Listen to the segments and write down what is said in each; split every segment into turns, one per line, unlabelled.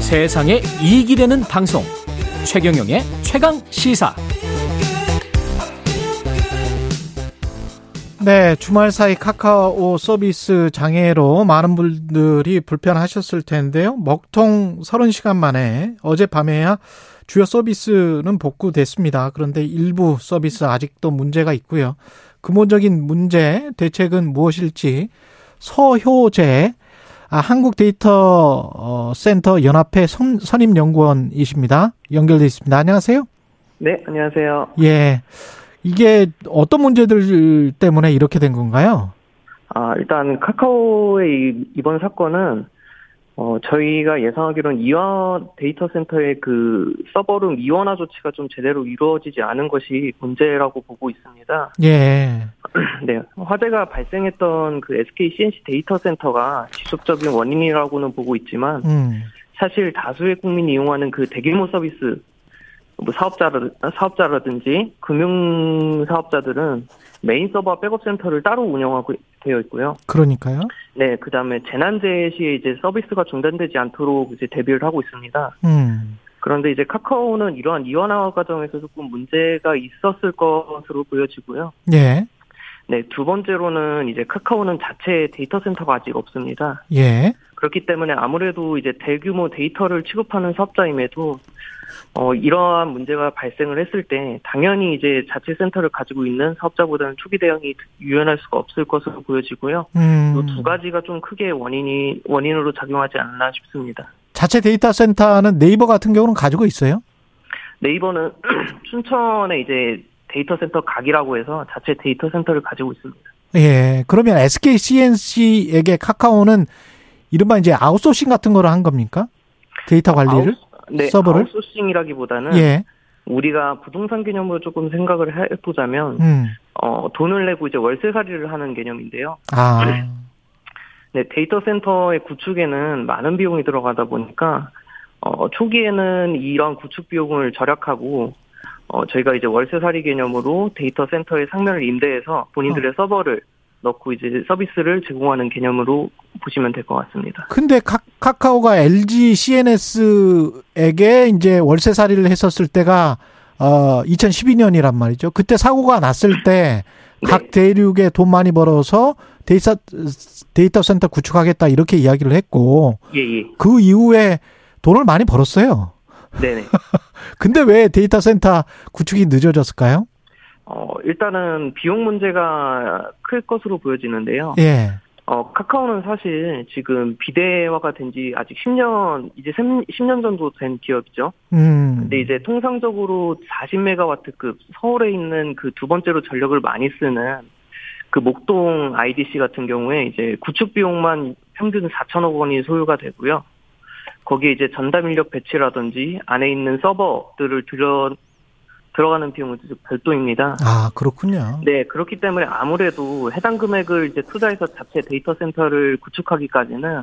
세상에 이익이 되는 방송 최경영의 최강 시사
네, 주말 사이 카카오 서비스 장애로 많은 분들이 불편하셨을 텐데요. 먹통 30시간 만에 어젯밤에야 주요 서비스는 복구됐습니다. 그런데 일부 서비스 아직도 문제가 있고요. 근본적인 문제 대책은 무엇일지 서효재 아, 한국 데이터 어, 센터 연합회 선, 선임 연구원이십니다. 연결돼 있습니다. 안녕하세요.
네, 안녕하세요.
예. 이게 어떤 문제들 때문에 이렇게 된 건가요?
아, 일단 카카오의 이- 이번 사건은 어, 저희가 예상하기로는 이화 데이터 센터의 그 서버룸 이원화 조치가 좀 제대로 이루어지지 않은 것이 문제라고 보고 있습니다.
예.
네, 화재가 발생했던 그 SK CNC 데이터 센터가 직접적인 원인이라고는 보고 있지만
음.
사실 다수의 국민이 이용하는 그 대규모 서비스 뭐 사업자라, 사업자라든지 금융 사업자들은 메인 서버와 백업 센터를 따로 운영하고 되어 있고요.
그러니까요.
네, 그 다음에 재난재 시에 이제 서비스가 중단되지 않도록 이제 대비를 하고 있습니다.
음.
그런데 이제 카카오는 이러한 이원화 과정에서 조금 문제가 있었을 것으로 보여지고요.
예.
네, 두 번째로는 이제 카카오는 자체 데이터 센터가 아직 없습니다.
예.
그렇기 때문에 아무래도 이제 대규모 데이터를 취급하는 사업자임에도 어, 이러한 문제가 발생을 했을 때 당연히 이제 자체 센터를 가지고 있는 사업자보다는 초기 대응이 유연할 수가 없을 것으로 보여지고요.
음.
이 두 가지가 좀 크게 원인이 원인으로 작용하지 않나 싶습니다.
자체 데이터 센터는 네이버 같은 경우는 가지고 있어요?
네이버는 춘천에 이제 데이터 센터 각이라고 해서 자체 데이터 센터를 가지고 있습니다.
예. 그러면 SK CNC에게 카카오는 이른바 이제 아웃소싱 같은 거를 한 겁니까? 데이터 관리를?
아웃- 네,
서버를?
아웃소싱이라기보다는
예.
우리가 부동산 개념으로 조금 생각을 해보자면
음.
어, 돈을 내고 이제 월세살이를 하는 개념인데요.
아.
네, 데이터 센터의 구축에는 많은 비용이 들어가다 보니까, 어, 초기에는 이런 구축 비용을 절약하고, 어, 저희가 이제 월세살이 개념으로 데이터 센터의 상면을 임대해서 본인들의 서버를 넣고 이제 서비스를 제공하는 개념으로 보시면 될 것 같습니다.
근데 카, 카오가 LG CNS에게 이제 월세 사리를 했었을 때가 어 2012년이란 말이죠. 그때 사고가 났을 때 각
네.
대륙에 돈 많이 벌어서 데이터 데이터 센터 구축하겠다 이렇게 이야기를 했고
예, 예.
그 이후에 돈을 많이 벌었어요.
네네.
근데 왜 데이터 센터 구축이 늦어졌을까요?
어, 일단은 비용 문제가 클 것으로 보여지는데요.
예.
어, 카카오는 사실 지금 비대화가 된 지 아직 10년, 이제 10년 정도 된 기업이죠.
음.
근데 이제 통상적으로 40메가와트급 그 서울에 있는 그 두 번째로 전력을 많이 쓰는 그 목동 IDC 같은 경우에 이제 구축 비용만 평균 4천억 원이 소요가 되고요. 거기에 이제 전담 인력 배치라든지 안에 있는 서버들을 들여 들어가는 비용은 별도입니다.
아, 그렇군요.
네, 그렇기 때문에 아무래도 해당 금액을 이제 투자해서 자체 데이터 센터를 구축하기까지는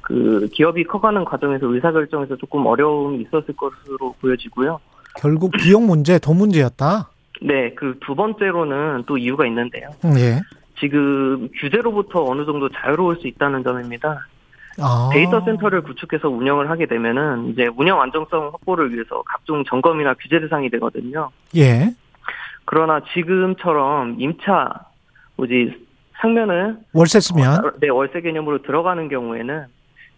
그 기업이 커가는 과정에서 의사결정에서 조금 어려움이 있었을 것으로 보여지고요.
결국 비용 문제, 돈 문제였다.
네, 그 두 번째로는 또 이유가 있는데요.
음, 예.
지금 규제로부터 어느 정도 자유로울 수 있다는 점입니다.
아.
데이터 센터를 구축해서 운영을 하게 되면은 이제 운영 안정성 확보를 위해서 각종 점검이나 규제 대상이 되거든요.
예.
그러나 지금처럼 임차 뭐지 상면을
월세 쓰면
네, 월세 개념으로 들어가는 경우에는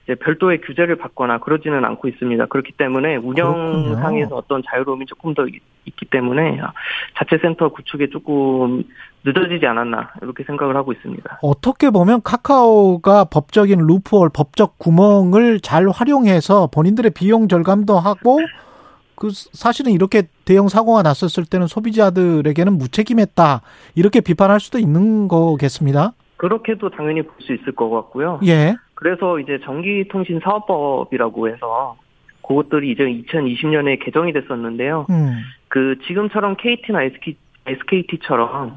이제 별도의 규제를 받거나 그러지는 않고 있습니다. 그렇기 때문에
그렇군요.
운영상에서 어떤 자유로움이 조금 더 있- 있기 때문에 아, 자체 센터 구축에 조금 늦어지지 않았나 이렇게 생각을 하고 있습니다.
어떻게 보면 카카오가 법적인 루프홀, 법적 구멍을 잘 활용해서 본인들의 비용 절감도 하고 그 사실은 이렇게 대형 사고가 났었을 때는 소비자들에게는 무책임했다 이렇게 비판할 수도 있는 거겠습니다.
그렇게도 당연히 볼 수 있을 것 같고요.
예,
그래서 이제 전기통신사업법이라고 해서 그것들이 이제 2020년에 개정이 됐었는데요.
음,
그 지금처럼 KT나 SK, SKT처럼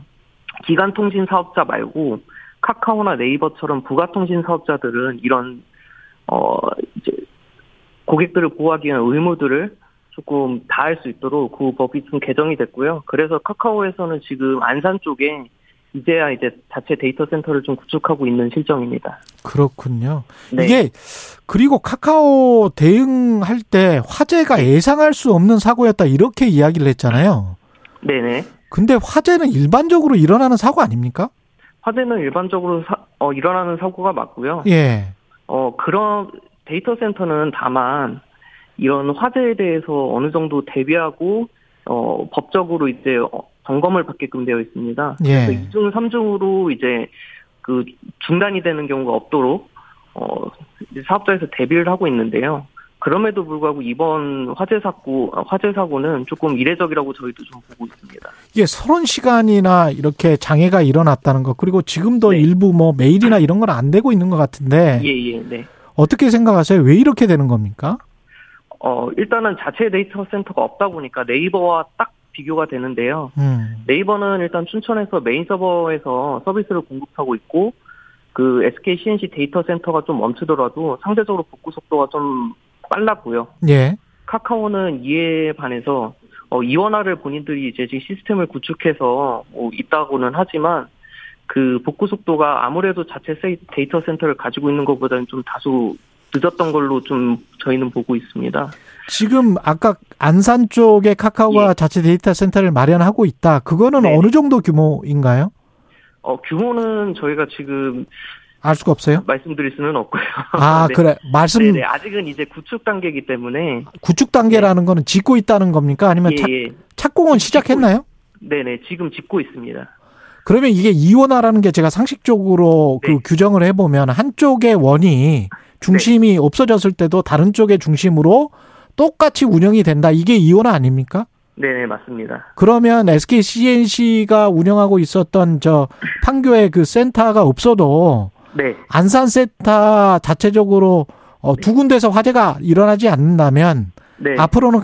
기간 통신 사업자 말고 카카오나 네이버처럼 부가 통신 사업자들은 이런 어 이제 고객들을 보호하기 위한 의무들을 조금 다할 수 있도록 그 법이 좀 개정이 됐고요. 그래서 카카오에서는 지금 안산 쪽에 이제야 이제 자체 데이터 센터를 좀 구축하고 있는 실정입니다.
그렇군요.
네.
이게 그리고 카카오 대응할 때 화재가 예상할 수 없는 사고였다 이렇게 이야기를 했잖아요.
네네.
근데 화재는 일반적으로 일어나는 사고 아닙니까?
화재는 일반적으로 사- 어, 일어나는 사고가 맞고요.
예.
어, 그런 데이터 센터는 다만 이런 화재에 대해서 어느 정도 대비하고 어, 법적으로 이제 어, 점검을 받게끔 되어 있습니다. 그래서
예.
2중, 3중으로 이제 그 중단이 되는 경우가 없도록 어, 이제 사업자에서 대비를 하고 있는데요. 그럼에도 불구하고 이번 화재 사고 아, 화재 사고는 조금 이례적이라고 저희도 좀 보고 있습니다.
이게 서른 시간이나 이렇게 장애가 일어났다는 거 그리고 지금도
네.
일부 뭐 메일이나 이런 건 안 되고 있는 것 같은데
예예 네.
어떻게 생각하세요? 왜 이렇게 되는 겁니까?
어 일단은 자체 데이터 센터가 없다 보니까 네이버와 딱 비교가 되는데요.
음.
네이버는 일단 춘천에서 메인 서버에서 서비스를 공급하고 있고 그 SK CNC 데이터 센터가 좀 멈추더라도 상대적으로 복구 속도가 좀 빨랐고요.
예.
카카오는 이에 반해서 어, 이원화를 본인들이 이제 지금 시스템을 구축해서 뭐 있다고는 하지만 그 복구 속도가 아무래도 자체 세- 데이터 센터를 가지고 있는 것보다는 좀 다소 늦었던 걸로 좀 저희는 보고 있습니다.
지금 아까 안산 쪽에 카카오가 자체 데이터 센터를 마련하고 있다. 그거는
예. 네네.
어느 정도 규모인가요?
어, 규모는 저희가 지금
알 수가 없어요.
말씀드릴 수는 없고요.
아,
네.
그래. 말씀
네네, 아직은 이제 구축 단계이기 때문에
구축 단계라는 거는 짓고 있다는 겁니까? 아니면
네. 예,
착,
예.
착공은 시작했나요?
네네 지금 짓고 있습니다.
그러면 이게 이원화라는 게 제가 상식적으로 그
네.
규정을 해보면 한쪽의 원이
네.
중심이 없어졌을 때도 다른 쪽의 중심으로 똑같이 운영이 된다. 이게 이원화 아닙니까?
네네 맞습니다.
그러면 SK CNC가 운영하고 있었던 저 판교의 그 센터가 없어도
네
안산 센터 자체적으로 어, 두 군데서 화재가 일어나지 않는다면
네.
앞으로는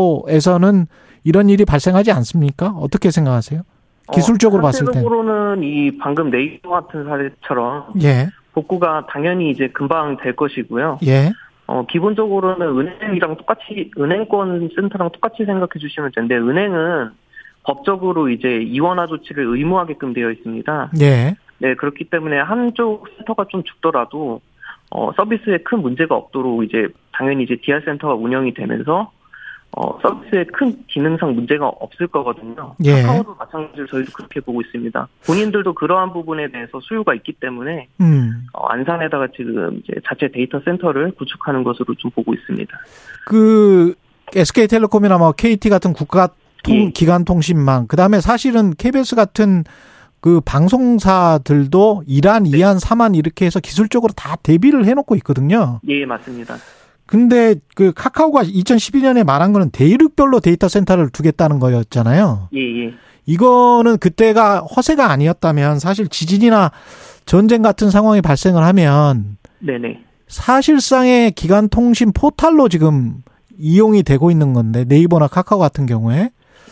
카카오에서는 이런 일이 발생하지 않습니까? 어떻게 생각하세요? 기술적으로 봤을 때.
상대적으로는 이 방금 네이버 같은 사례처럼
예,
복구가 당연히 이제 금방 될 것이고요.
예.
어 기본적으로는 은행이랑 똑같이 은행권 센터랑 똑같이 생각해 주시면 되는데 은행은 법적으로 이제 이원화 조치를 의무하게끔 되어 있습니다.
예.
네, 그렇기 때문에 한쪽 센터가 좀 죽더라도 어, 서비스에 큰 문제가 없도록 이제 당연히 이제 DR 센터가 운영이 되면서 어, 서비스에 큰 기능상 문제가 없을 거거든요.
예.
카카오도 마찬가지로 저희도 그렇게 보고 있습니다. 본인들도 그러한 부분에 대해서 수요가 있기 때문에
음.
어, 안산에다가 지금 이제 자체 데이터 센터를 구축하는 것으로 좀 보고 있습니다.
그 SK텔레콤이나 뭐 KT 같은 국가 통
예.
기관 통신망 그다음에 사실은 KBS 같은 그 방송사들도 1안, 2안, 3안 이렇게 해서 기술적으로 다 대비를 해 놓고 있거든요.
예, 맞습니다.
근데 그 카카오가 2012년에 말한 거는 대륙별로 데이터 센터를 두겠다는 거였잖아요.
예, 예.
이거는 그때가 허세가 아니었다면 사실 지진이나 전쟁 같은 상황이 발생을 하면
네네.
사실상의 기간 통신 포탈로 지금 이용이 되고 있는 건데 네이버나 카카오 같은 경우에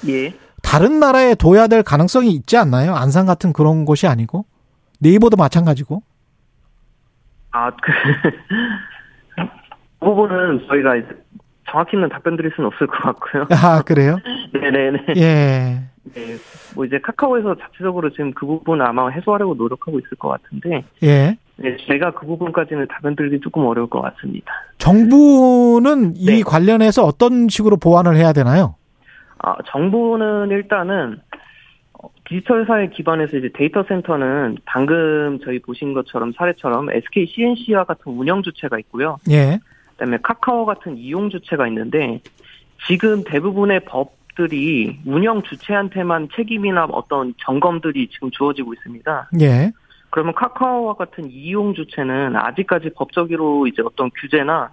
예.
다른 나라에 둬야 될 가능성이 있지 않나요? 안산 같은 그런 곳이 아니고 네이버도 마찬가지고
아, 그, 그 부분은 저희가 이제 정확히는 답변 드릴 수는 없을 것 같고요.
아 그래요?
네네네.
예.
네, 뭐 이제 카카오에서 자체적으로 지금 그 부분 아마 해소하려고 노력하고 있을 것 같은데
예.
네, 제가 그 부분까지는 답변 드리기 조금 어려울 것 같습니다.
정부는 이
네.
관련해서 어떤 식으로 보완을 해야 되나요?
아, 정부는 일단은 어, 디지털 사회 기반에서 이제 데이터 센터는 방금 저희 보신 것처럼 사례처럼 SK CNC와 같은 운영 주체가 있고요.
예.
그다음에 카카오 같은 이용 주체가 있는데 지금 대부분의 법들이 운영 주체한테만 책임이나 어떤 점검들이 지금 주어지고 있습니다.
예.
그러면 카카오와 같은 이용 주체는 아직까지 법적으로 이제 어떤 규제나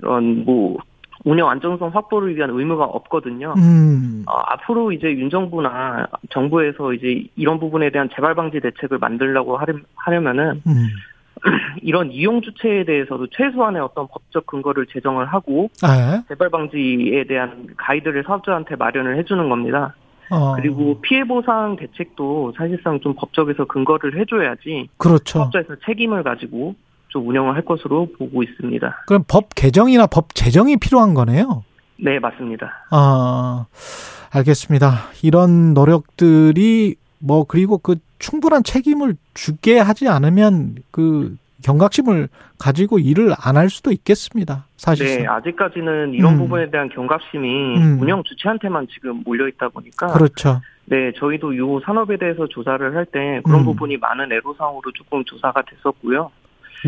이런 뭐 운영 안정성 확보를 위한 의무가 없거든요.
음.
어, 앞으로 이제 윤 정부나 정부에서 이제 이런 부분에 대한 재발 방지 대책을 만들려고 하려- 하려면은
음.
이런 이용 주체에 대해서도 최소한의 어떤 법적 근거를 제정을 하고
아.
재발 방지에 대한 가이드를 사업자한테 마련을 해주는 겁니다.
어.
그리고 피해 보상 대책도 사실상 좀 법적에서 근거를 해줘야지
그렇죠.
사업자에서 책임을 가지고 좀 운영을 할 것으로 보고 있습니다.
그럼 법 개정이나 법 제정이 필요한 거네요.
네, 맞습니다.
아, 알겠습니다. 이런 노력들이 뭐 그리고 그 충분한 책임을 주게 하지 않으면 그 경각심을 가지고 일을 안 할 수도 있겠습니다. 사실상.
네, 아직까지는 이런
음.
부분에 대한 경각심이
음.
운영 주체한테만 지금 몰려 있다 보니까
그렇죠.
네, 저희도 이 산업에 대해서 조사를 할 때 그런
음.
부분이 많은 애로사항으로 조금 조사가 됐었고요.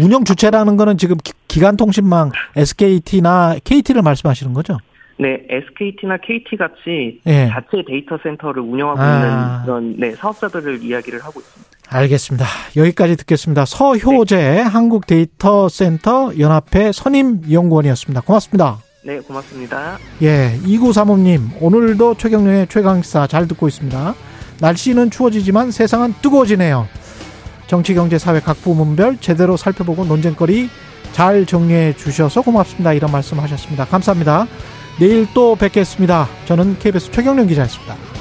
운영 주체라는 거는 지금 기- 기간통신망 SKT나 KT를 말씀하시는 거죠?
네, SKT나 KT 같이
예.
자체 데이터 센터를 운영하고
아.
있는 그런 네, 사업자들을 이야기를 하고 있습니다.
알겠습니다. 여기까지 듣겠습니다. 서효재 한국 데이터 센터 연합회 선임 연구원이었습니다. 고맙습니다.
네, 고맙습니다.
예, 2935님, 오늘도 최경련의 최강사 잘 듣고 있습니다. 날씨는 추워지지만 세상은 뜨거워지네요. 정치, 경제, 사회 각 부문별 제대로 살펴보고 논쟁거리 잘 정리해 주셔서 고맙습니다. 이런 말씀 하셨습니다. 감사합니다. 내일 또 뵙겠습니다. 저는 KBS 최경련 기자였습니다.